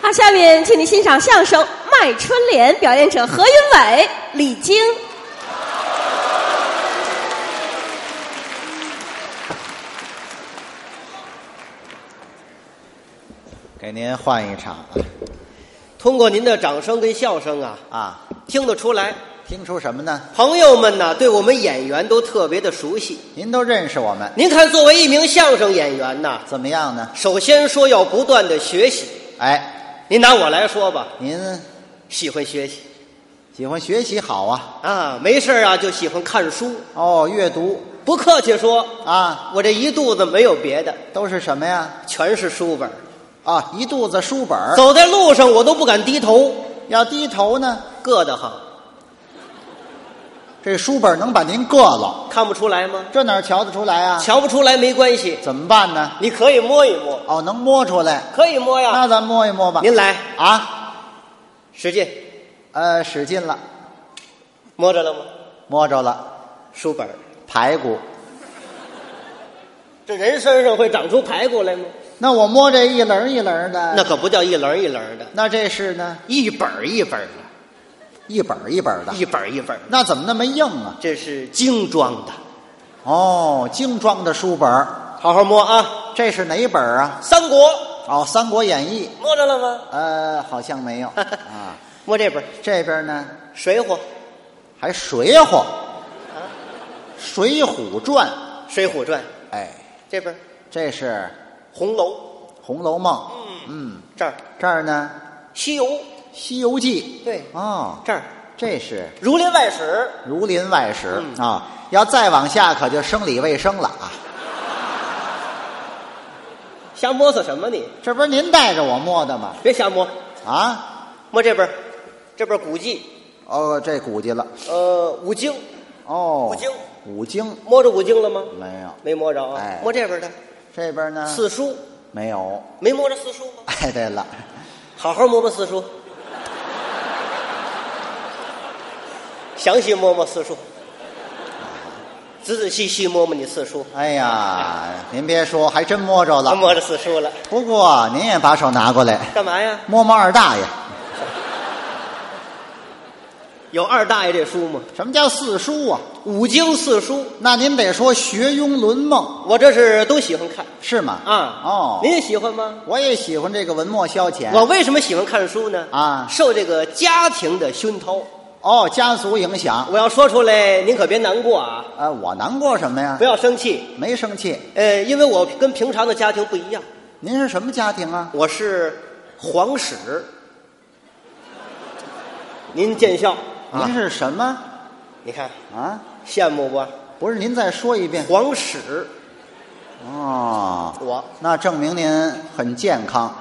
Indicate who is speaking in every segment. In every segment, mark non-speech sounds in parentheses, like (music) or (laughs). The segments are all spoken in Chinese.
Speaker 1: 好，下面请您欣赏相声《卖春联》，表演者何云伟、李菁。
Speaker 2: 给您换一场
Speaker 3: 通过您的掌声跟笑声啊，
Speaker 2: 啊啊！
Speaker 3: 听得出来，
Speaker 2: 听出什么呢？
Speaker 3: 朋友们呐、对我们演员都特别的熟悉。
Speaker 2: 您都认识我们，
Speaker 3: 您看，作为一名相声演员呐、
Speaker 2: 怎么样呢？
Speaker 3: 首先说要不断的学习。
Speaker 2: 哎，
Speaker 3: 您拿我来说吧，
Speaker 2: 您
Speaker 3: 喜欢学习
Speaker 2: 喜欢学习好啊？
Speaker 3: 啊，没事儿啊就喜欢看书。
Speaker 2: 哦，阅读
Speaker 3: 不客气说，
Speaker 2: 啊，
Speaker 3: 我这一肚子没有别的，
Speaker 2: 都是什么呀？
Speaker 3: 全是书本儿。
Speaker 2: 啊，一肚子书本儿
Speaker 3: 走在路上我都不敢低头，
Speaker 2: 要低头呢，
Speaker 3: 硌得慌，
Speaker 2: 这书本儿能把您硌了，
Speaker 3: 看不出来吗？
Speaker 2: 这哪儿瞧得出来啊？
Speaker 3: 瞧不出来没关系，
Speaker 2: 怎么办呢？
Speaker 3: 你可以摸一摸，
Speaker 2: 哦，能摸出来，
Speaker 3: 可以摸呀。
Speaker 2: 那咱摸一摸吧。
Speaker 3: 您来，
Speaker 2: 啊，
Speaker 3: 使劲，
Speaker 2: 呃，使劲了，
Speaker 3: 摸着了吗？
Speaker 2: 摸着了，
Speaker 3: 书本儿，
Speaker 2: 排骨。
Speaker 3: 这人身上会长出排骨来吗？
Speaker 2: 那我摸这一棱一棱的，
Speaker 3: 那可不叫一棱一棱的，
Speaker 2: 那这是呢？
Speaker 3: 一本儿一本儿的，
Speaker 2: 一本儿一本儿的，
Speaker 3: 一本儿一本儿的，
Speaker 2: 那怎么那么硬啊？
Speaker 3: 这是精装的。
Speaker 2: 哦，精装的书本儿，
Speaker 3: 好好摸啊，
Speaker 2: 这是哪本儿啊？
Speaker 3: 《三国》
Speaker 2: 哦，《三国演义》。
Speaker 3: 摸着了吗？
Speaker 2: 呃，好像没有啊。
Speaker 3: 摸这本儿
Speaker 2: 这边呢，
Speaker 3: 《水浒》，《
Speaker 2: 还水浒，《水浒传》。
Speaker 3: 水浒传》
Speaker 2: 哎，
Speaker 3: 这本儿《
Speaker 2: 这是
Speaker 3: 红楼
Speaker 2: 《红楼梦》。嗯，》
Speaker 3: 这儿，
Speaker 2: 这儿呢，
Speaker 3: 《西游》
Speaker 2: 《西游记》。
Speaker 3: 对
Speaker 2: 哦，
Speaker 3: 这儿，
Speaker 2: 这是
Speaker 3: 《儒林外史》
Speaker 2: 《儒林外史》啊。要再往下，可就生理卫生了啊。
Speaker 3: 瞎摸索什么你？
Speaker 2: 这不是您带着我摸的吗？
Speaker 3: 别瞎摸，
Speaker 2: 啊？
Speaker 3: 摸这本儿，这本儿古籍，
Speaker 2: 哦，这估计了。
Speaker 3: 呃，五经，
Speaker 2: 哦，
Speaker 3: 五经，
Speaker 2: 五经
Speaker 3: 摸着五经了吗？
Speaker 2: 没有。
Speaker 3: 没摸着啊，
Speaker 2: 哎
Speaker 3: 摸这边的
Speaker 2: 这边呢？
Speaker 3: 四书，
Speaker 2: 没有。 (laughs)
Speaker 3: 没摸着四书吗？
Speaker 2: 哎，对了，
Speaker 3: 好好摸摸四书，详细摸摸四书，仔仔细细摸摸你四书，
Speaker 2: 哎呀，您别说，还真摸着了。
Speaker 3: 摸着四书了，
Speaker 2: 不过您也把手拿过来，
Speaker 3: 干嘛呀？
Speaker 2: 摸摸二大爷。
Speaker 3: 有二大爷这书吗？
Speaker 2: 什么叫四书啊？
Speaker 3: 五经四书，
Speaker 2: 那您得说《学庸论梦
Speaker 3: 我这是都喜欢看》
Speaker 2: 是吗？
Speaker 3: 啊。
Speaker 2: 哦，
Speaker 3: 您也喜欢吗？
Speaker 2: 我也喜欢这个文墨消遣。
Speaker 3: 我为什么喜欢看书呢？
Speaker 2: 啊
Speaker 3: 受这个家庭的熏陶。
Speaker 2: 哦，家族影响。
Speaker 3: 我要说出来，您可别难过啊，
Speaker 2: 呃，我难过什么呀
Speaker 3: 不？要生气。
Speaker 2: 没生气。
Speaker 3: 呃，因为我跟平常的家庭不一样，
Speaker 2: 您是什么家庭啊？
Speaker 3: 我是皇室。您见笑，
Speaker 2: 您是什么
Speaker 3: 你看
Speaker 2: 啊？
Speaker 3: 羡慕不？
Speaker 2: 不是，您再说一遍。
Speaker 3: 皇室，
Speaker 2: 哦，
Speaker 3: 我
Speaker 2: 那证明您很健康，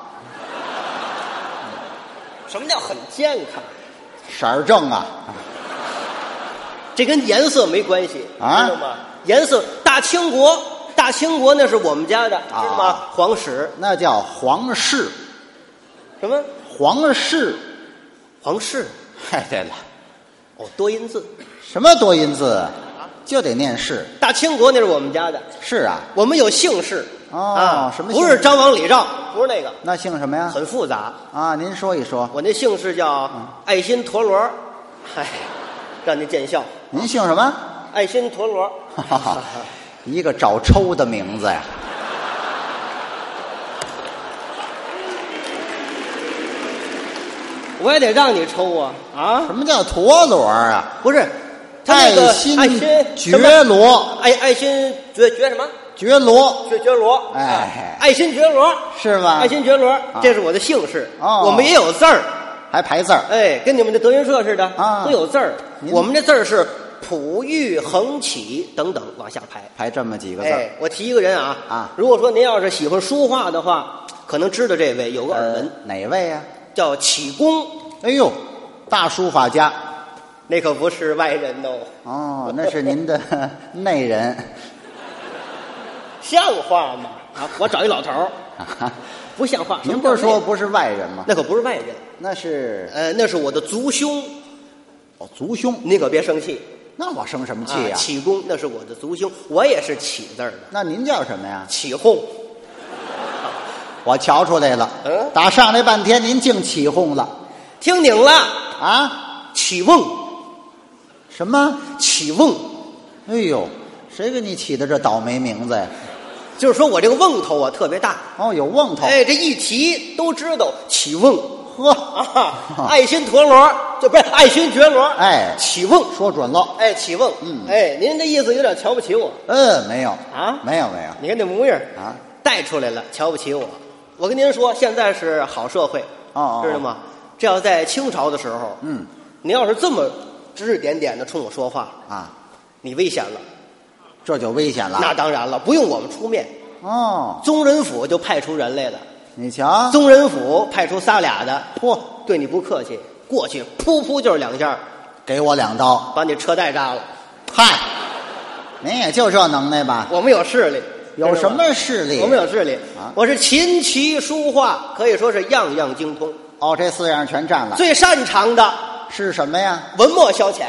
Speaker 3: 什么叫很健康？
Speaker 2: 色儿正啊。
Speaker 3: 这跟颜色没关系，
Speaker 2: 啊
Speaker 3: 知道吗？颜色，大清国，大清国那是我们家的，知道吗？
Speaker 2: 啊
Speaker 3: 皇室
Speaker 2: 那叫皇室，
Speaker 3: 什么？
Speaker 2: 皇室。 (laughs)
Speaker 3: 皇室，
Speaker 2: 哎，对了，
Speaker 3: 哦，多音字。
Speaker 2: 什么多音字啊？就得念是
Speaker 3: 大清国那是我们家的，
Speaker 2: 是啊。
Speaker 3: 我们有姓氏
Speaker 2: 哦
Speaker 3: 啊，
Speaker 2: 什么姓
Speaker 3: 不是张王李赵，不是那个，
Speaker 2: 那姓什么呀？
Speaker 3: 很复杂。
Speaker 2: 啊，您说一说，
Speaker 3: 我那姓氏
Speaker 2: 嗯
Speaker 3: 叫爱新陀螺，嗨，让您见笑。
Speaker 2: 您姓什么？ (laughs)
Speaker 3: 爱新陀螺，
Speaker 2: 哈哈，一个找抽的名字呀。
Speaker 3: 我也得让你抽啊啊！
Speaker 2: 什么叫陀螺啊？
Speaker 3: 不是，他
Speaker 2: 爱
Speaker 3: 哎那个
Speaker 2: 新
Speaker 3: 爱新什么
Speaker 2: 觉罗，
Speaker 3: 爱爱新觉觉什么
Speaker 2: 觉罗
Speaker 3: 觉觉罗，啊
Speaker 2: 哎
Speaker 3: 爱新觉罗，
Speaker 2: 是吗？
Speaker 3: 爱新觉罗，这是我的姓氏。
Speaker 2: 哦
Speaker 3: 我们也有字儿，
Speaker 2: 还排字儿，
Speaker 3: 哎，跟你们的德云社似的
Speaker 2: 啊
Speaker 3: 都有字儿。
Speaker 2: 您
Speaker 3: 我们这字儿是璞玉横起等等往下排。
Speaker 2: 排这么几个字儿
Speaker 3: 哎，我提一个人啊
Speaker 2: 啊
Speaker 3: 如果说您要是喜欢书画的话，可能知道这位有个耳闻，
Speaker 2: 呃哪位呀？
Speaker 3: 叫启功，
Speaker 2: 哎呦，大书法家
Speaker 3: 那可不是外人哦，
Speaker 2: 哦，那是您的 (laughs) 内人。
Speaker 3: 像话吗？啊，我找一老头儿，不像话。
Speaker 2: 您不是说
Speaker 3: 什么叫
Speaker 2: 不是外人吗
Speaker 3: 那？那可不是外人，
Speaker 2: 那是
Speaker 3: 呃，那是我的族兄，
Speaker 2: 哦，族兄。
Speaker 3: 您可别生气。
Speaker 2: 那我生什么气
Speaker 3: 啊
Speaker 2: 呀、
Speaker 3: 启功那是我的族兄，我也是启字儿的，
Speaker 2: 那您叫什么呀？
Speaker 3: 启讧。
Speaker 2: 我瞧出来了。
Speaker 3: 嗯
Speaker 2: 打上来半天，您净起哄了
Speaker 3: 听拧了，
Speaker 2: 啊？
Speaker 3: 起瓮，
Speaker 2: 什么？
Speaker 3: 起瓮，
Speaker 2: 哎呦，谁给你起的这倒霉名字呀？
Speaker 3: 就是说我这个瓮头啊特别大，
Speaker 2: 哦，哦有瓮头。
Speaker 3: 哎，这一提都知道起瓮
Speaker 2: 呵， (laughs)
Speaker 3: 啊，爱新陀螺，这不是爱新觉罗，
Speaker 2: 哎
Speaker 3: 起瓮，
Speaker 2: 说准了。
Speaker 3: 哎，起瓮，
Speaker 2: 嗯
Speaker 3: 哎，您这意思有点瞧不起我，
Speaker 2: 嗯，没有
Speaker 3: 啊
Speaker 2: 没有没有
Speaker 3: 你看这模样
Speaker 2: 啊，
Speaker 3: 带出来了，瞧不起我。我跟您说，现在是好社会，
Speaker 2: 哦哦
Speaker 3: 知道吗？这要在清朝的时候，
Speaker 2: 嗯
Speaker 3: 您要是这么指指点点的冲我说话，
Speaker 2: 啊，
Speaker 3: 你危险了。
Speaker 2: 这就危险了。
Speaker 3: 那当然了，不用我们出面，
Speaker 2: 哦，
Speaker 3: 宗人府就派出人来了，
Speaker 2: 你瞧，
Speaker 3: 宗人府派出仨俩的，
Speaker 2: 嚯，
Speaker 3: 对你不客气，过去噗噗就是两下，
Speaker 2: 给我两刀。
Speaker 3: 把你车带扎了。
Speaker 2: 嗨，您也就这能耐吧？
Speaker 3: 我们有势力，
Speaker 2: 有
Speaker 3: 知道
Speaker 2: 什
Speaker 3: 吗
Speaker 2: 么势力？
Speaker 3: 我们有势力
Speaker 2: 啊
Speaker 3: 我是琴棋书画可以说是样样精通，
Speaker 2: 哦，这四样全占了。
Speaker 3: 最擅长的
Speaker 2: 是什么呀？
Speaker 3: 文墨消遣，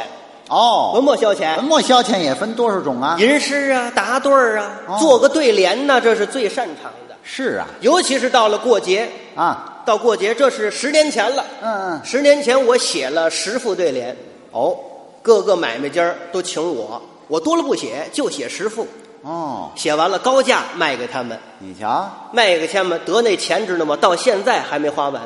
Speaker 2: 哦，
Speaker 3: 文墨消遣
Speaker 2: 文，墨消遣也分多少种啊？
Speaker 3: 吟诗啊，答对儿啊，
Speaker 2: 哦
Speaker 3: 做个对联呐，这是最擅长的。
Speaker 2: 是啊，
Speaker 3: 尤其是到了过节，
Speaker 2: 啊，
Speaker 3: 到过节，这是十年前了。
Speaker 2: 嗯嗯
Speaker 3: 十年前我写了十副对联，
Speaker 2: 哦，
Speaker 3: 各个买卖家儿都请我，我多了不写，就写十副，
Speaker 2: 哦，
Speaker 3: 写完了高价卖给他们，
Speaker 2: 你瞧，
Speaker 3: 卖给他们得那钱知道吗？到现在还没花完。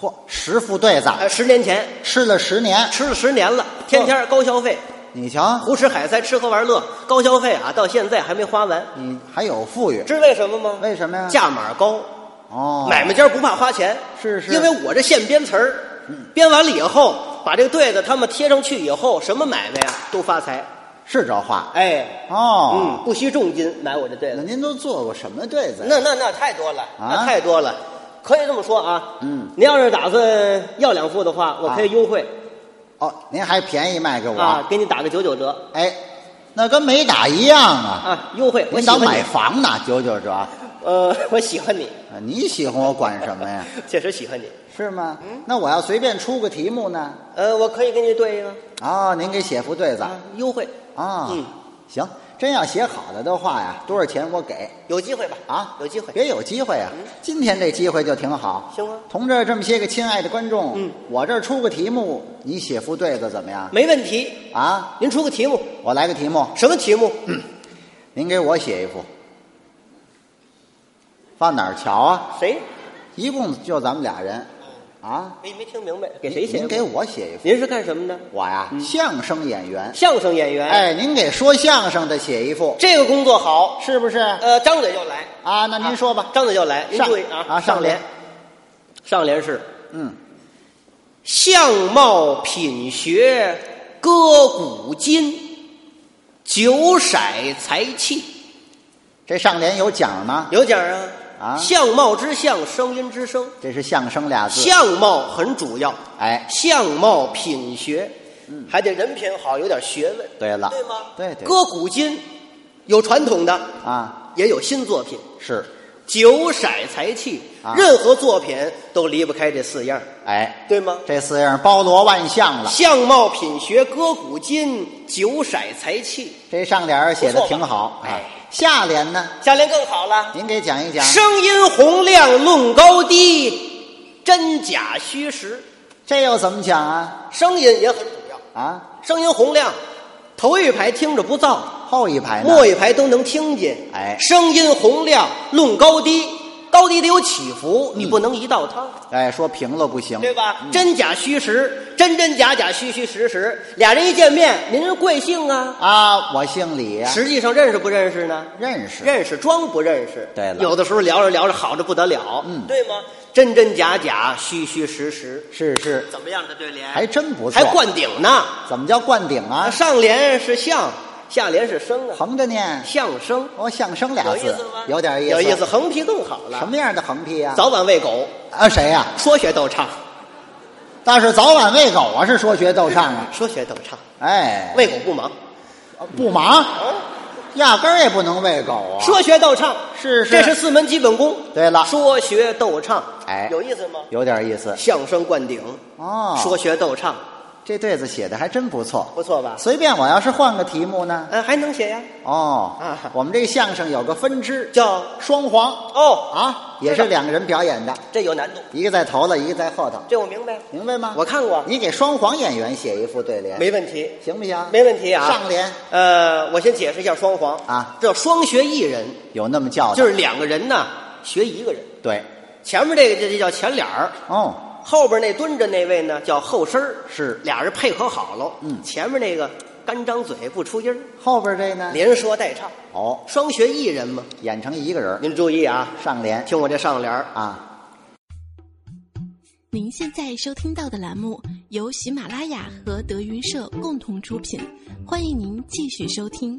Speaker 2: 嚯，十副对子
Speaker 3: 呃，十年前
Speaker 2: 吃了十年，
Speaker 3: 吃了十年了，天天高消费，
Speaker 2: 你瞧，
Speaker 3: 胡吃海塞，吃喝玩乐，高消费啊，到现在还没花完，
Speaker 2: 你还有富裕，
Speaker 3: 知为什么吗？
Speaker 2: 为什么呀？
Speaker 3: 价码高，
Speaker 2: 哦，
Speaker 3: 买卖家不怕花钱，
Speaker 2: 是是
Speaker 3: 因为我这现编词儿，编完了以后，把这个对子他们贴上去以后，什么买卖啊都发财，
Speaker 2: 是这话
Speaker 3: 哎，
Speaker 2: 哦。
Speaker 3: 嗯，不惜重金买我这对
Speaker 2: 那
Speaker 3: 子，
Speaker 2: 您都做过什么对子？
Speaker 3: 那那那太多了，
Speaker 2: 啊
Speaker 3: 那太多了，可以这么说啊，
Speaker 2: 嗯，
Speaker 3: 您要是打算要两副的话，我可以优惠
Speaker 2: 哦，您还便宜卖给我？
Speaker 3: 啊，给你打个九九折
Speaker 2: 哎，那跟没打一样啊！
Speaker 3: 啊，优惠，我
Speaker 2: 您
Speaker 3: 喜欢
Speaker 2: 当
Speaker 3: 你
Speaker 2: 买房呢，九九折，啊
Speaker 3: 呃， (laughs) 我喜欢你，
Speaker 2: 你喜欢我管什么呀？ (laughs)
Speaker 3: 确实喜欢你。
Speaker 2: 是吗？
Speaker 3: 嗯
Speaker 2: 那我要随便出个题目呢？
Speaker 3: 呃，我可以跟你对一个
Speaker 2: 哦，您给写副对子
Speaker 3: 啊，优惠
Speaker 2: 啊？
Speaker 3: 嗯，
Speaker 2: 行，真要写好了的话呀，多少钱我给
Speaker 3: 有机会吧？
Speaker 2: 啊？
Speaker 3: 有机会。
Speaker 2: 别有机会啊！今天这机会就挺好。
Speaker 3: 嗯行啊
Speaker 2: 同志，这么些个亲爱的观众，
Speaker 3: 嗯，
Speaker 2: 我这儿出个题目，你写副对子怎么样？
Speaker 3: 没问题。
Speaker 2: 啊，
Speaker 3: 您出个题目，
Speaker 2: 我来个题目，
Speaker 3: 什么题目？
Speaker 2: 嗯您给我写一副，放哪儿瞧啊？
Speaker 3: 谁？
Speaker 2: 一共就咱们俩人，啊，
Speaker 3: 没没听明白，给谁
Speaker 2: 您
Speaker 3: 写？
Speaker 2: 您给。我写一副，
Speaker 3: 您是干什么的？
Speaker 2: 我呀，
Speaker 3: 嗯
Speaker 2: 相声演员。
Speaker 3: 相声演员。，
Speaker 2: 哎，您给说相声的写一副，
Speaker 3: 这个工作好。
Speaker 2: 是不是？
Speaker 3: 呃，张嘴就来。
Speaker 2: 啊，那您说吧。
Speaker 3: 张嘴就来。您
Speaker 2: 上
Speaker 3: 注意啊
Speaker 2: 啊上联
Speaker 3: 联。上联是
Speaker 2: 嗯，
Speaker 3: 相貌品学歌古今，九色财气。
Speaker 2: 这上联有奖吗？
Speaker 3: 有奖啊！
Speaker 2: 啊
Speaker 3: 相貌之相，声音之声，
Speaker 2: 这是相声俩字。
Speaker 3: 相貌很主要，
Speaker 2: 哎，
Speaker 3: 相貌品学，还得人品好，有点学问，
Speaker 2: 对了，
Speaker 3: 对吗？
Speaker 2: 对对
Speaker 3: 歌古今，有传统的，
Speaker 2: 啊，
Speaker 3: 也有新作品，
Speaker 2: 是，
Speaker 3: 九色财气
Speaker 2: 啊，
Speaker 3: 任何作品都离不开这四样，
Speaker 2: 哎，
Speaker 3: 对吗？
Speaker 2: 这四样包罗万象了。
Speaker 3: 相貌品学，歌古今，九色财气，
Speaker 2: 这上联儿写的
Speaker 3: 不错吧
Speaker 2: 挺好。
Speaker 3: 哎
Speaker 2: 哎，下联呢？
Speaker 3: 下联更好了，
Speaker 2: 您给讲一讲。
Speaker 3: 声音洪亮，论高低，真假虚实，
Speaker 2: 这又怎么讲啊？
Speaker 3: 声音也很主要。
Speaker 2: 啊，
Speaker 3: 声音洪亮，头一排听着不燥，
Speaker 2: 后一排呢？
Speaker 3: 末一排都能听见。
Speaker 2: 哎
Speaker 3: 声音洪亮，论高低，高低得有起伏，你不能一道汤，
Speaker 2: 哎，说平了不行，嗯
Speaker 3: 对吧？真假虚实，真真假假，虚虚实实。俩人一见面，您是贵姓啊？
Speaker 2: 啊，我姓李呀，
Speaker 3: 实际上认识不认识呢？
Speaker 2: 认识。
Speaker 3: 认识装不认识，
Speaker 2: 对了
Speaker 3: 有的时候聊着聊着好的不得了，
Speaker 2: 嗯
Speaker 3: 对吗？真真假假，虚虚实实，
Speaker 2: 是是，
Speaker 3: 怎么样的对联？
Speaker 2: 还真不错。
Speaker 3: 还灌顶呢。
Speaker 2: 怎么叫灌顶啊？
Speaker 3: 上联是相，下联是生啊。
Speaker 2: 横着念，
Speaker 3: 相声
Speaker 2: 哦，相声俩
Speaker 3: 有意
Speaker 2: 字
Speaker 3: 思吗？，
Speaker 2: 点意
Speaker 3: 有意思。横批更好了，
Speaker 2: 什么样的横批啊？
Speaker 3: 早晚喂狗，
Speaker 2: 啊，谁呀、
Speaker 3: 说学逗唱，
Speaker 2: 但是早晚喂狗啊，是说学逗唱啊。
Speaker 3: 说学逗唱，
Speaker 2: 哎，呃
Speaker 3: 喂狗不忙。
Speaker 2: 不忙，
Speaker 3: 哦
Speaker 2: 压根儿也不能喂狗啊。
Speaker 3: 说学逗唱
Speaker 2: 是是
Speaker 3: 这是四啊门基本功。
Speaker 2: 对了
Speaker 3: 说学逗唱，
Speaker 2: 哎
Speaker 3: 有意思吗？
Speaker 2: 有点意思
Speaker 3: 相声灌顶，
Speaker 2: 哦。
Speaker 3: 说学逗唱，
Speaker 2: 这对子写的还真不错。
Speaker 3: 不错吧？
Speaker 2: 随便我要是换个题目呢？
Speaker 3: 呃，还能写呀，
Speaker 2: 哦，
Speaker 3: 啊
Speaker 2: 我们这个相声有个分支
Speaker 3: 叫
Speaker 2: 双簧
Speaker 3: 哦，
Speaker 2: 啊，也是两个人表演的，
Speaker 3: 这有难度，
Speaker 2: 一个在头了，一个在后头，
Speaker 3: 这我明白，
Speaker 2: 明白吗？
Speaker 3: 我看过，
Speaker 2: 啊你给双簧演员写一副对联，
Speaker 3: 没问题，
Speaker 2: 行不行？
Speaker 3: 没问题啊。
Speaker 2: 上联
Speaker 3: 呃，我先解释一下双簧
Speaker 2: 啊，
Speaker 3: 这叫双学一人，
Speaker 2: 有那么叫的，
Speaker 3: 就是两个人呢学一个人，
Speaker 2: 对。
Speaker 3: 前面这个这这叫前脸儿，
Speaker 2: 哦，
Speaker 3: 后边那蹲着那位呢叫后身儿，
Speaker 2: 是
Speaker 3: 俩人配合好了。
Speaker 2: 嗯
Speaker 3: 前面那个干张嘴不出音儿，
Speaker 2: 后边这呢？
Speaker 3: 连说带唱，
Speaker 2: 哦，
Speaker 3: 双学艺人嘛。
Speaker 2: 演成一个人儿。
Speaker 3: 您注意啊，
Speaker 2: 上联
Speaker 3: 听我这上联儿
Speaker 2: 啊，
Speaker 4: 您现在收听到的栏目由喜马拉雅和德云社共同出品，欢迎您继续收听。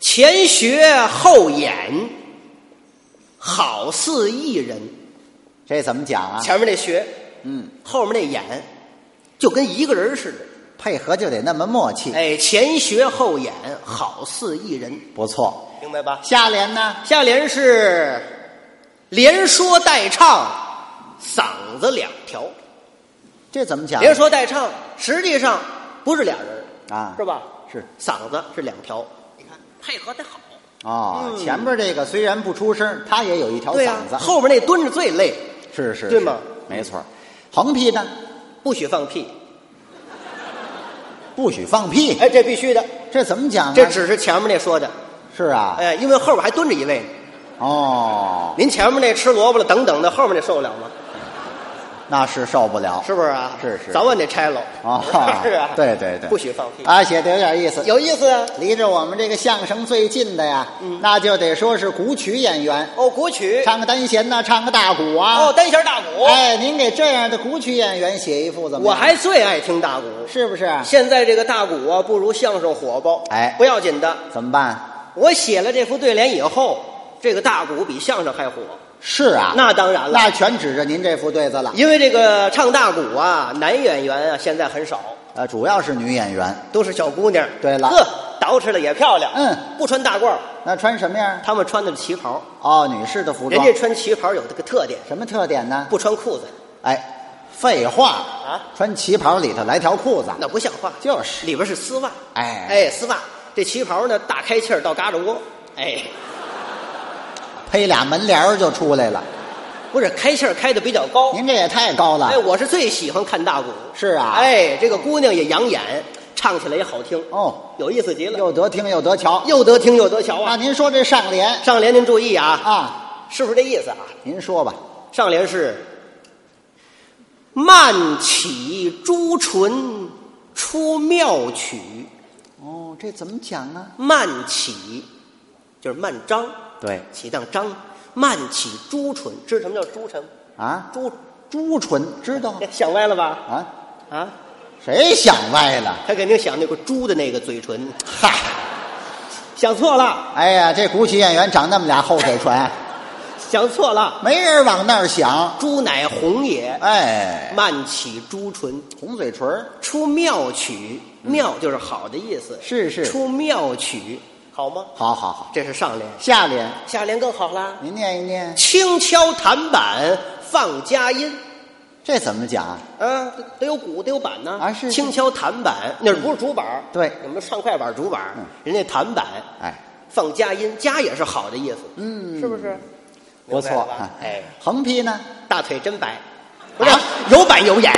Speaker 3: 前学后演，好似一人。
Speaker 2: 这怎么讲啊？
Speaker 3: 前面那学，
Speaker 2: 嗯，
Speaker 3: 后面那演，就跟一个人似的。
Speaker 2: 配合就得那么默契，
Speaker 3: 哎，前学后演，好似一人，
Speaker 2: 不错。
Speaker 3: 明白吧？
Speaker 2: 下联呢？
Speaker 3: 下联是连说带唱，嗓子两条。
Speaker 2: 这怎么讲？
Speaker 3: 连说带唱，实际上不是俩人
Speaker 2: 啊
Speaker 3: 是吧？
Speaker 2: 是
Speaker 3: 嗓子是两条。你看配合得好，
Speaker 2: 哦，
Speaker 3: 嗯
Speaker 2: 前边这个虽然不出声，他也有一条
Speaker 3: 对呀
Speaker 2: 嗓、子。
Speaker 3: 后面那蹲着最累，
Speaker 2: 是是，
Speaker 3: 对
Speaker 2: 是
Speaker 3: 吗？
Speaker 2: 没错。横批呢？
Speaker 3: 不许放屁。
Speaker 2: 不许放屁。
Speaker 3: 哎，这必须的，
Speaker 2: 这怎么讲啊？
Speaker 3: 这只是前面那说的。
Speaker 2: 是啊。
Speaker 3: 哎，因为后边还蹲着一位呢。
Speaker 2: 哦，
Speaker 3: 您前面那吃萝卜了等等的，后面那受得了吗？
Speaker 2: 那是受不了。
Speaker 3: 是不是啊？
Speaker 2: 是是
Speaker 3: 早晚得拆喽。
Speaker 2: 哦
Speaker 3: (laughs) 是啊，
Speaker 2: 对对对
Speaker 3: 不许放屁，
Speaker 2: 啊，写的有点意思。
Speaker 3: 有意思啊。
Speaker 2: 离着我们这个相声最近的呀，
Speaker 3: 嗯
Speaker 2: 那就得说是古曲演员，
Speaker 3: 哦，国曲，
Speaker 2: 唱个单弦呐、唱个大鼓啊。
Speaker 3: 哦，单弦大鼓，
Speaker 2: 哎，您给这样的古曲演员写一副怎么
Speaker 3: 我
Speaker 2: 样？
Speaker 3: 还最爱听大鼓。
Speaker 2: 是不是？
Speaker 3: 现在这个大鼓啊，不如相声火爆。
Speaker 2: 哎
Speaker 3: 不要紧的，
Speaker 2: 怎么办？
Speaker 3: 我写了这副对联以后，这个大鼓比相声还火。
Speaker 2: 是啊，
Speaker 3: 那嗯当然了，
Speaker 2: 那全指着您这副对子了。
Speaker 3: 因为这个唱大鼓啊，男演员啊现在很少，
Speaker 2: 呃，主要是女演员，
Speaker 3: 都是小姑娘。
Speaker 2: 对了
Speaker 3: 呵，捯饬的也漂亮。
Speaker 2: 嗯，
Speaker 3: 不穿大褂儿，
Speaker 2: 那穿什么样？
Speaker 3: 他们穿的是旗袍。
Speaker 2: 哦，女士的服
Speaker 3: 人
Speaker 2: 装
Speaker 3: 家。穿旗袍有这个特点，
Speaker 2: 什么特点呢？
Speaker 3: 不穿裤子，
Speaker 2: 哎，废话
Speaker 3: 啊
Speaker 2: 穿旗袍里头来条裤子，
Speaker 3: 那不像话。
Speaker 2: 就是。
Speaker 3: 里边是丝袜，
Speaker 2: 哎
Speaker 3: 哎，丝袜。这旗袍呢，大开气儿到嘎吱窝，哎，
Speaker 2: 配俩门帘儿就出来了。
Speaker 3: 不是开气儿开的比较高。
Speaker 2: 您这也太高了。
Speaker 3: 哦哎，我是最喜欢看大鼓。
Speaker 2: 是啊
Speaker 3: 哎，这个姑娘也养眼，唱起来也好听，
Speaker 2: 哦，
Speaker 3: 有意思极了，
Speaker 2: 又得听又得瞧。
Speaker 3: 又得听又得瞧
Speaker 2: 那
Speaker 3: 啊。
Speaker 2: 您说这上联
Speaker 3: 上联您注意啊，
Speaker 2: 啊，
Speaker 3: 是不是这意思啊？
Speaker 2: 您说吧。
Speaker 3: 上联是“慢起朱唇出妙曲”，
Speaker 2: 哦，这怎么讲呢？
Speaker 3: 慢起就是慢张，
Speaker 2: 对
Speaker 3: 起当张，慢起朱唇，知道什么叫朱唇吗？
Speaker 2: 啊，
Speaker 3: 朱
Speaker 2: 朱唇知道
Speaker 3: 哎想歪了吧？
Speaker 2: 啊？
Speaker 3: 啊，
Speaker 2: 谁想歪了？
Speaker 3: 他肯定想那个猪的那个嘴唇，
Speaker 2: 嗨，
Speaker 3: 想错了，
Speaker 2: 哎呀，这古曲演员长那么俩后腿唇，
Speaker 3: 想错了，
Speaker 2: 没人往那儿想。
Speaker 3: 猪乃红也，
Speaker 2: 哎，
Speaker 3: 慢起朱唇
Speaker 2: 红嘴唇儿
Speaker 3: 出妙曲，妙就是好的意思，
Speaker 2: 嗯是是
Speaker 3: 出妙曲，好吗？
Speaker 2: 好好好。
Speaker 3: 这是上联，
Speaker 2: 下联
Speaker 3: 下联更好啦，
Speaker 2: 您念一念，
Speaker 3: 轻敲弹板放佳音。
Speaker 2: 这怎么讲？
Speaker 3: 啊，得得有鼓，得有板呢。
Speaker 2: 啊是是
Speaker 3: 轻敲弹板，那不是主板儿
Speaker 2: 对
Speaker 3: 你们唱快板儿主板儿
Speaker 2: 嗯
Speaker 3: 人家弹板
Speaker 2: 哎，
Speaker 3: 放佳音，佳也是好的意思。
Speaker 2: 嗯
Speaker 3: 是不是？
Speaker 2: 不
Speaker 3: 明
Speaker 2: 错啊
Speaker 3: 白了吧。哎，
Speaker 2: 横批呢？
Speaker 3: 大腿真白，不是
Speaker 2: 啊
Speaker 3: 有板有眼，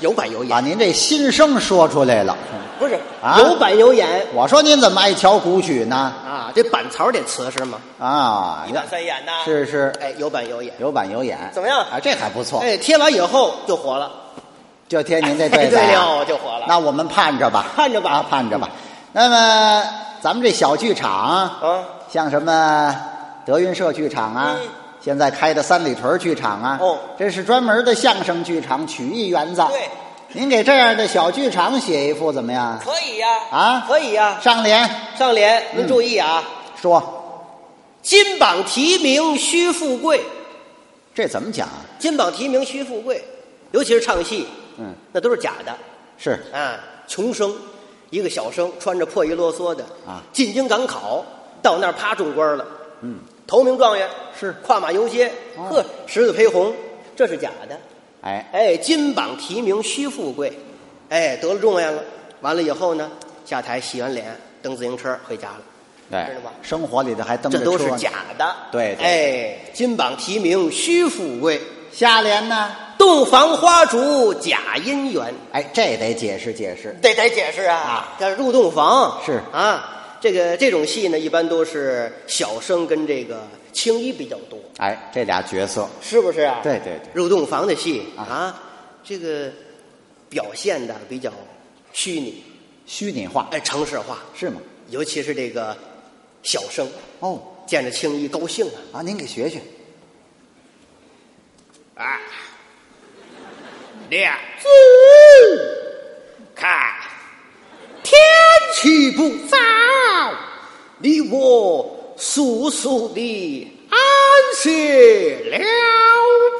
Speaker 3: 有板有
Speaker 2: 把
Speaker 3: 眼，
Speaker 2: 您这心声说出来了。
Speaker 3: 不是
Speaker 2: 啊
Speaker 3: 有板有眼
Speaker 2: 我说您怎么爱瞧古曲呢？
Speaker 3: 啊？这板槽得瓷实嘛，
Speaker 2: 啊，
Speaker 3: 三眼呐
Speaker 2: 是是，
Speaker 3: 哎，有板有眼，
Speaker 2: 有板有眼，
Speaker 3: 怎么样
Speaker 2: 啊，这还不错。
Speaker 3: 哎，贴完以后就活了，
Speaker 2: 就贴您
Speaker 3: (laughs)
Speaker 2: 这
Speaker 3: 哎
Speaker 2: 对子
Speaker 3: 对
Speaker 2: 啊、
Speaker 3: 了就火了。
Speaker 2: (laughs) 那我们盼着吧，
Speaker 3: 盼着吧
Speaker 2: 啊，盼着吧。那么咱们这小剧场，
Speaker 3: 啊，
Speaker 2: 像什么德云社剧场啊，
Speaker 3: 嗯
Speaker 2: 现在开的三里屯剧场啊，
Speaker 3: 哦
Speaker 2: 这是专门的相声剧场、曲艺园子。
Speaker 3: 对，
Speaker 2: 您给这样的小剧场写一副怎么样？
Speaker 3: 可以呀，
Speaker 2: 啊嗯
Speaker 3: 可以呀。
Speaker 2: 上联
Speaker 3: 上联，您注意啊，
Speaker 2: 说
Speaker 3: 金榜题名须富贵，
Speaker 2: 这怎么讲啊？
Speaker 3: 金榜题名须富贵，尤其是唱戏，
Speaker 2: 嗯，
Speaker 3: 那都是假的
Speaker 2: 是
Speaker 3: 啊，穷生，一个小生穿着破衣啰嗦的
Speaker 2: 啊
Speaker 3: 进京赶考，到那儿啪中官了，嗯，头名状元
Speaker 2: 是
Speaker 3: 跨马游街，
Speaker 2: 哦
Speaker 3: 呵，十里披红，这是假的。
Speaker 2: 哎，
Speaker 3: 哎，金榜题名须富贵，哎，得了状元了。完了以后呢，下台洗完脸，蹬自行车回家了。知
Speaker 2: 对
Speaker 3: 道吧，
Speaker 2: 生活里头还登着
Speaker 3: 哎这都是
Speaker 2: 车呢
Speaker 3: 假的。
Speaker 2: 对对
Speaker 3: 哎，金榜题名须富贵，
Speaker 2: 下联呢？
Speaker 3: 洞房花烛假姻缘。
Speaker 2: 哎，这得解释解释。
Speaker 3: 得得解释啊！这入洞房
Speaker 2: 是
Speaker 3: 啊，这个这种戏呢，一般都是小生跟这个青衣比较多，
Speaker 2: 哎，这俩角色，
Speaker 3: 是不是啊？
Speaker 2: 对对对，
Speaker 3: 入洞房的戏
Speaker 2: 啊
Speaker 3: 啊，这个表现的比较虚拟，
Speaker 2: 虚拟化
Speaker 3: 哎，城市化，
Speaker 2: 是吗？
Speaker 3: 尤其是这个小生
Speaker 2: 哦，
Speaker 3: 见着青衣高兴啊，
Speaker 2: 啊，您给学学。
Speaker 5: 啊，两字看
Speaker 3: 天气不早，你我速速的
Speaker 5: 安息了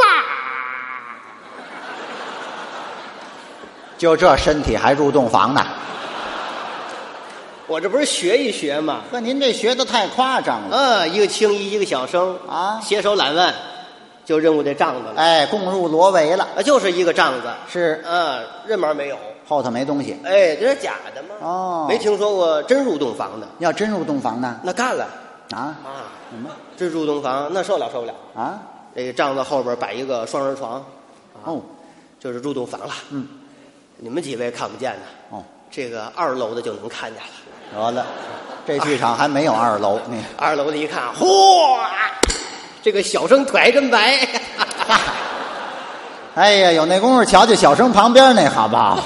Speaker 5: 吧，
Speaker 2: 就这身体还入洞房呢？
Speaker 3: 我这不是学一学吗？
Speaker 2: 呵，您这学的太夸张了。
Speaker 3: 啊，一个青衣，一个小生
Speaker 2: 啊
Speaker 3: 携手揽腕，就认过这帐子了。
Speaker 2: 哎，共入罗围了，
Speaker 3: 啊，就是一个帐子，
Speaker 2: 是
Speaker 3: 啊，任毛没有。
Speaker 2: 后头没东西。
Speaker 3: 哎，这是假的吗？
Speaker 2: 哦
Speaker 3: 没听说过真入洞房的，
Speaker 2: 要真入洞房呢？
Speaker 3: 那干了
Speaker 2: 啊，
Speaker 3: 啊！
Speaker 2: 什么
Speaker 3: 真入洞房，那受了受不了。
Speaker 2: 啊？
Speaker 3: 这个帐子后边摆一个双人床，
Speaker 2: 哦
Speaker 3: 就是入洞房了。
Speaker 2: 嗯，
Speaker 3: 你们几位看不见呢，
Speaker 2: 哦，
Speaker 3: 这个二楼的就能看见了。
Speaker 2: 得了，这剧场还没有二楼，你
Speaker 3: 二楼的一看，嚯，这个小生腿还真白。 (laughs)
Speaker 2: 哎呀，有那功夫瞧瞧小生旁边那好不好？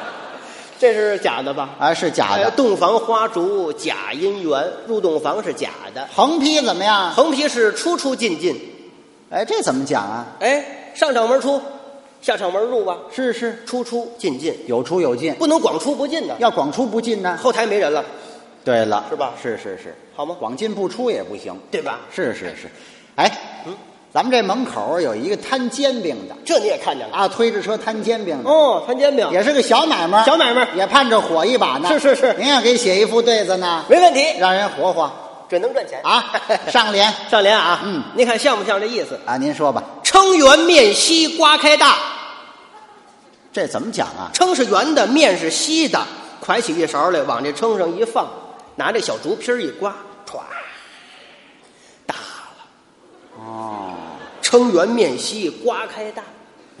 Speaker 2: (laughs)
Speaker 3: 这是假的吧？
Speaker 2: 啊，是假
Speaker 3: 哎
Speaker 2: 的。
Speaker 3: 洞房花烛假姻缘，入洞房是假的。
Speaker 2: 横批怎么样？
Speaker 3: 横批是出出进进，
Speaker 2: 哎，这怎么讲啊？
Speaker 3: 哎，上场门出，下场门入吧，
Speaker 2: 是是，
Speaker 3: 出出进进，
Speaker 2: 有出有进，
Speaker 3: 不能光出不进呢。
Speaker 2: 要广出不进呢。
Speaker 3: 后台没人了，
Speaker 2: 对了，
Speaker 3: 是吧
Speaker 2: 是是是，
Speaker 3: 好吗嗯
Speaker 2: 广进不出也不行。
Speaker 3: 对吧？
Speaker 2: 是是是，哎，咱们这门口有一个摊煎饼的
Speaker 3: 这你也看见了
Speaker 2: 啊，推着车摊煎饼的，
Speaker 3: 哦，摊煎饼
Speaker 2: 也是个小买卖，
Speaker 3: 小买卖
Speaker 2: 也盼着火一把呢。
Speaker 3: 是是是
Speaker 2: 您要给写一副对子呢，
Speaker 3: 没问题，
Speaker 2: 让人火火
Speaker 3: 准能赚钱 (laughs)
Speaker 2: 啊。上联
Speaker 3: 上联啊，
Speaker 2: 嗯
Speaker 3: 您看像不像这意思？
Speaker 2: 啊，您说吧，
Speaker 3: 撑圆面稀瓜开大，
Speaker 2: 这怎么讲啊？
Speaker 3: 撑是圆的，面是稀的，㧟起一勺来，往这撑上一放，拿这小竹皮儿一刮，歘，大了。哦，撑圆面稀瓜开大。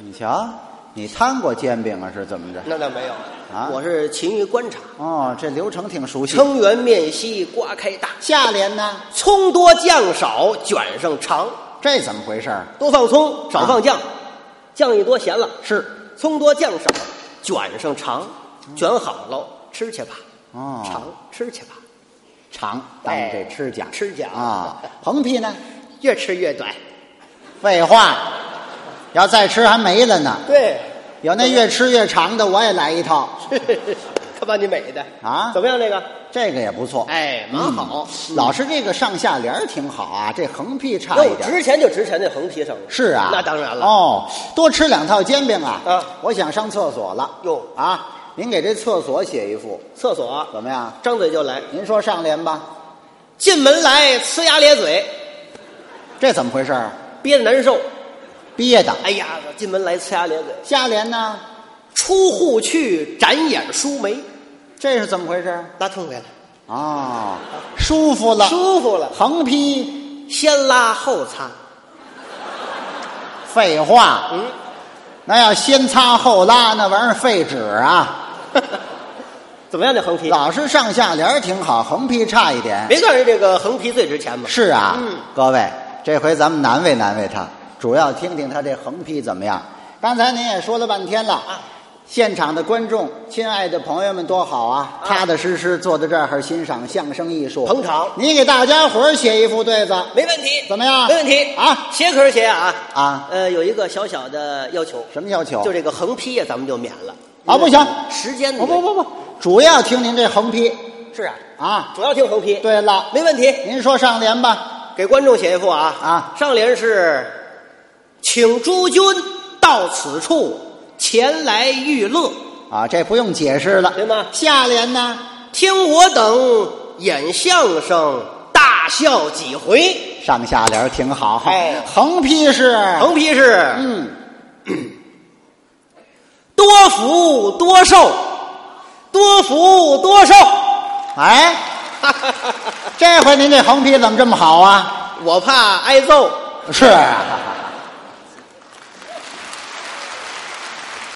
Speaker 2: 你瞧，你摊过煎饼啊，是怎么着？
Speaker 3: 那倒没有
Speaker 2: 啊
Speaker 3: 我是勤于观察。
Speaker 2: 哦，这流程挺熟悉。
Speaker 3: 撑圆面稀，瓜开大，
Speaker 2: 下联呢？
Speaker 3: 葱多酱少，卷上长。
Speaker 2: 这怎么回事儿？
Speaker 3: 多放葱，少放酱，酱一多咸了。
Speaker 2: 啊是
Speaker 3: 葱多酱少，卷上长，卷好喽，吃去吧。
Speaker 2: 哦
Speaker 3: 长吃去吧，
Speaker 2: 长，当这吃讲、
Speaker 3: 吃讲
Speaker 2: 啊。横批呢？
Speaker 3: 越吃越短。
Speaker 2: 废话，要再吃还没了呢。
Speaker 3: 对， (laughs)
Speaker 2: 有那越吃越长的，我也来一套。
Speaker 3: 看把你美的
Speaker 2: 啊
Speaker 3: 怎么样？这个
Speaker 2: 这个也不错，
Speaker 3: 哎蛮好
Speaker 2: 嗯老师这个上下联儿挺好啊，这横批差一
Speaker 3: 哟，
Speaker 2: 点。
Speaker 3: 值钱就值钱，这横批上了。
Speaker 2: 是啊，
Speaker 3: 那当然了。，
Speaker 2: 哦，多吃两套煎饼啊。
Speaker 3: 啊
Speaker 2: 我想上厕所了。
Speaker 3: 哟
Speaker 2: 啊，您给这厕所写一副
Speaker 3: 厕所
Speaker 2: 怎么样？
Speaker 3: 张嘴就来，
Speaker 2: 您说上联吧，
Speaker 3: 进门来呲牙咧嘴，
Speaker 2: 这怎么回事儿？
Speaker 3: 憋得难受。
Speaker 2: 憋的。
Speaker 3: 哎呀，进门来呲牙咧嘴。
Speaker 2: 下联呢？
Speaker 3: 出户去，展眼舒眉，
Speaker 2: 这是怎么回事儿？
Speaker 3: 拉痛快了，
Speaker 2: 啊，舒服了。
Speaker 3: 舒服了，
Speaker 2: 横批，
Speaker 3: 先拉后擦。
Speaker 2: 废话，
Speaker 3: 嗯，
Speaker 2: 那要先擦后拉，那玩意儿废纸啊。
Speaker 3: 怎么样？这横批，
Speaker 2: 老师上下联儿挺好，横批差一点。
Speaker 3: 别告诉人这个横批最值钱嘛。
Speaker 2: 是啊，
Speaker 3: 嗯
Speaker 2: 各位，这回咱们难为难为他，主要听听他这横批怎么样。刚才您也说了半天了，
Speaker 3: 啊
Speaker 2: 现场的观众、亲爱的朋友们多好啊，踏踏实实坐在这儿欣赏相声艺术，
Speaker 3: 捧场
Speaker 2: 你给大家伙儿写一副对子，
Speaker 3: 没问题，
Speaker 2: 怎么样
Speaker 3: 没问题
Speaker 2: 啊
Speaker 3: 写可是写啊
Speaker 2: 啊
Speaker 3: 呃，有一个小小的要求，
Speaker 2: 什么要求？
Speaker 3: 就这个横批呀，咱们就免了
Speaker 2: 啊，不行，哦
Speaker 3: 时间的
Speaker 2: 不不不不，主要听您这横批
Speaker 3: 是啊，
Speaker 2: 啊。
Speaker 3: 主要听横批，，
Speaker 2: 对了，
Speaker 3: 没问题。
Speaker 2: 您说上联吧，
Speaker 3: 给观众写一副啊
Speaker 2: 啊
Speaker 3: 上联是，请诸君到此处前来娱乐，
Speaker 2: 啊，这不用解释了，
Speaker 3: 对吗
Speaker 2: 下联呢？
Speaker 3: 听我等演相声，大大笑几回。
Speaker 2: 上下联挺好。
Speaker 3: 哎
Speaker 2: 横批是
Speaker 3: 横批是：
Speaker 2: 哎嗯，
Speaker 3: (clears throat) 多福多寿，多福多寿。
Speaker 2: (laughs) 哎，这回您这横批怎么这么好啊？
Speaker 3: 我怕挨揍，
Speaker 2: 是啊，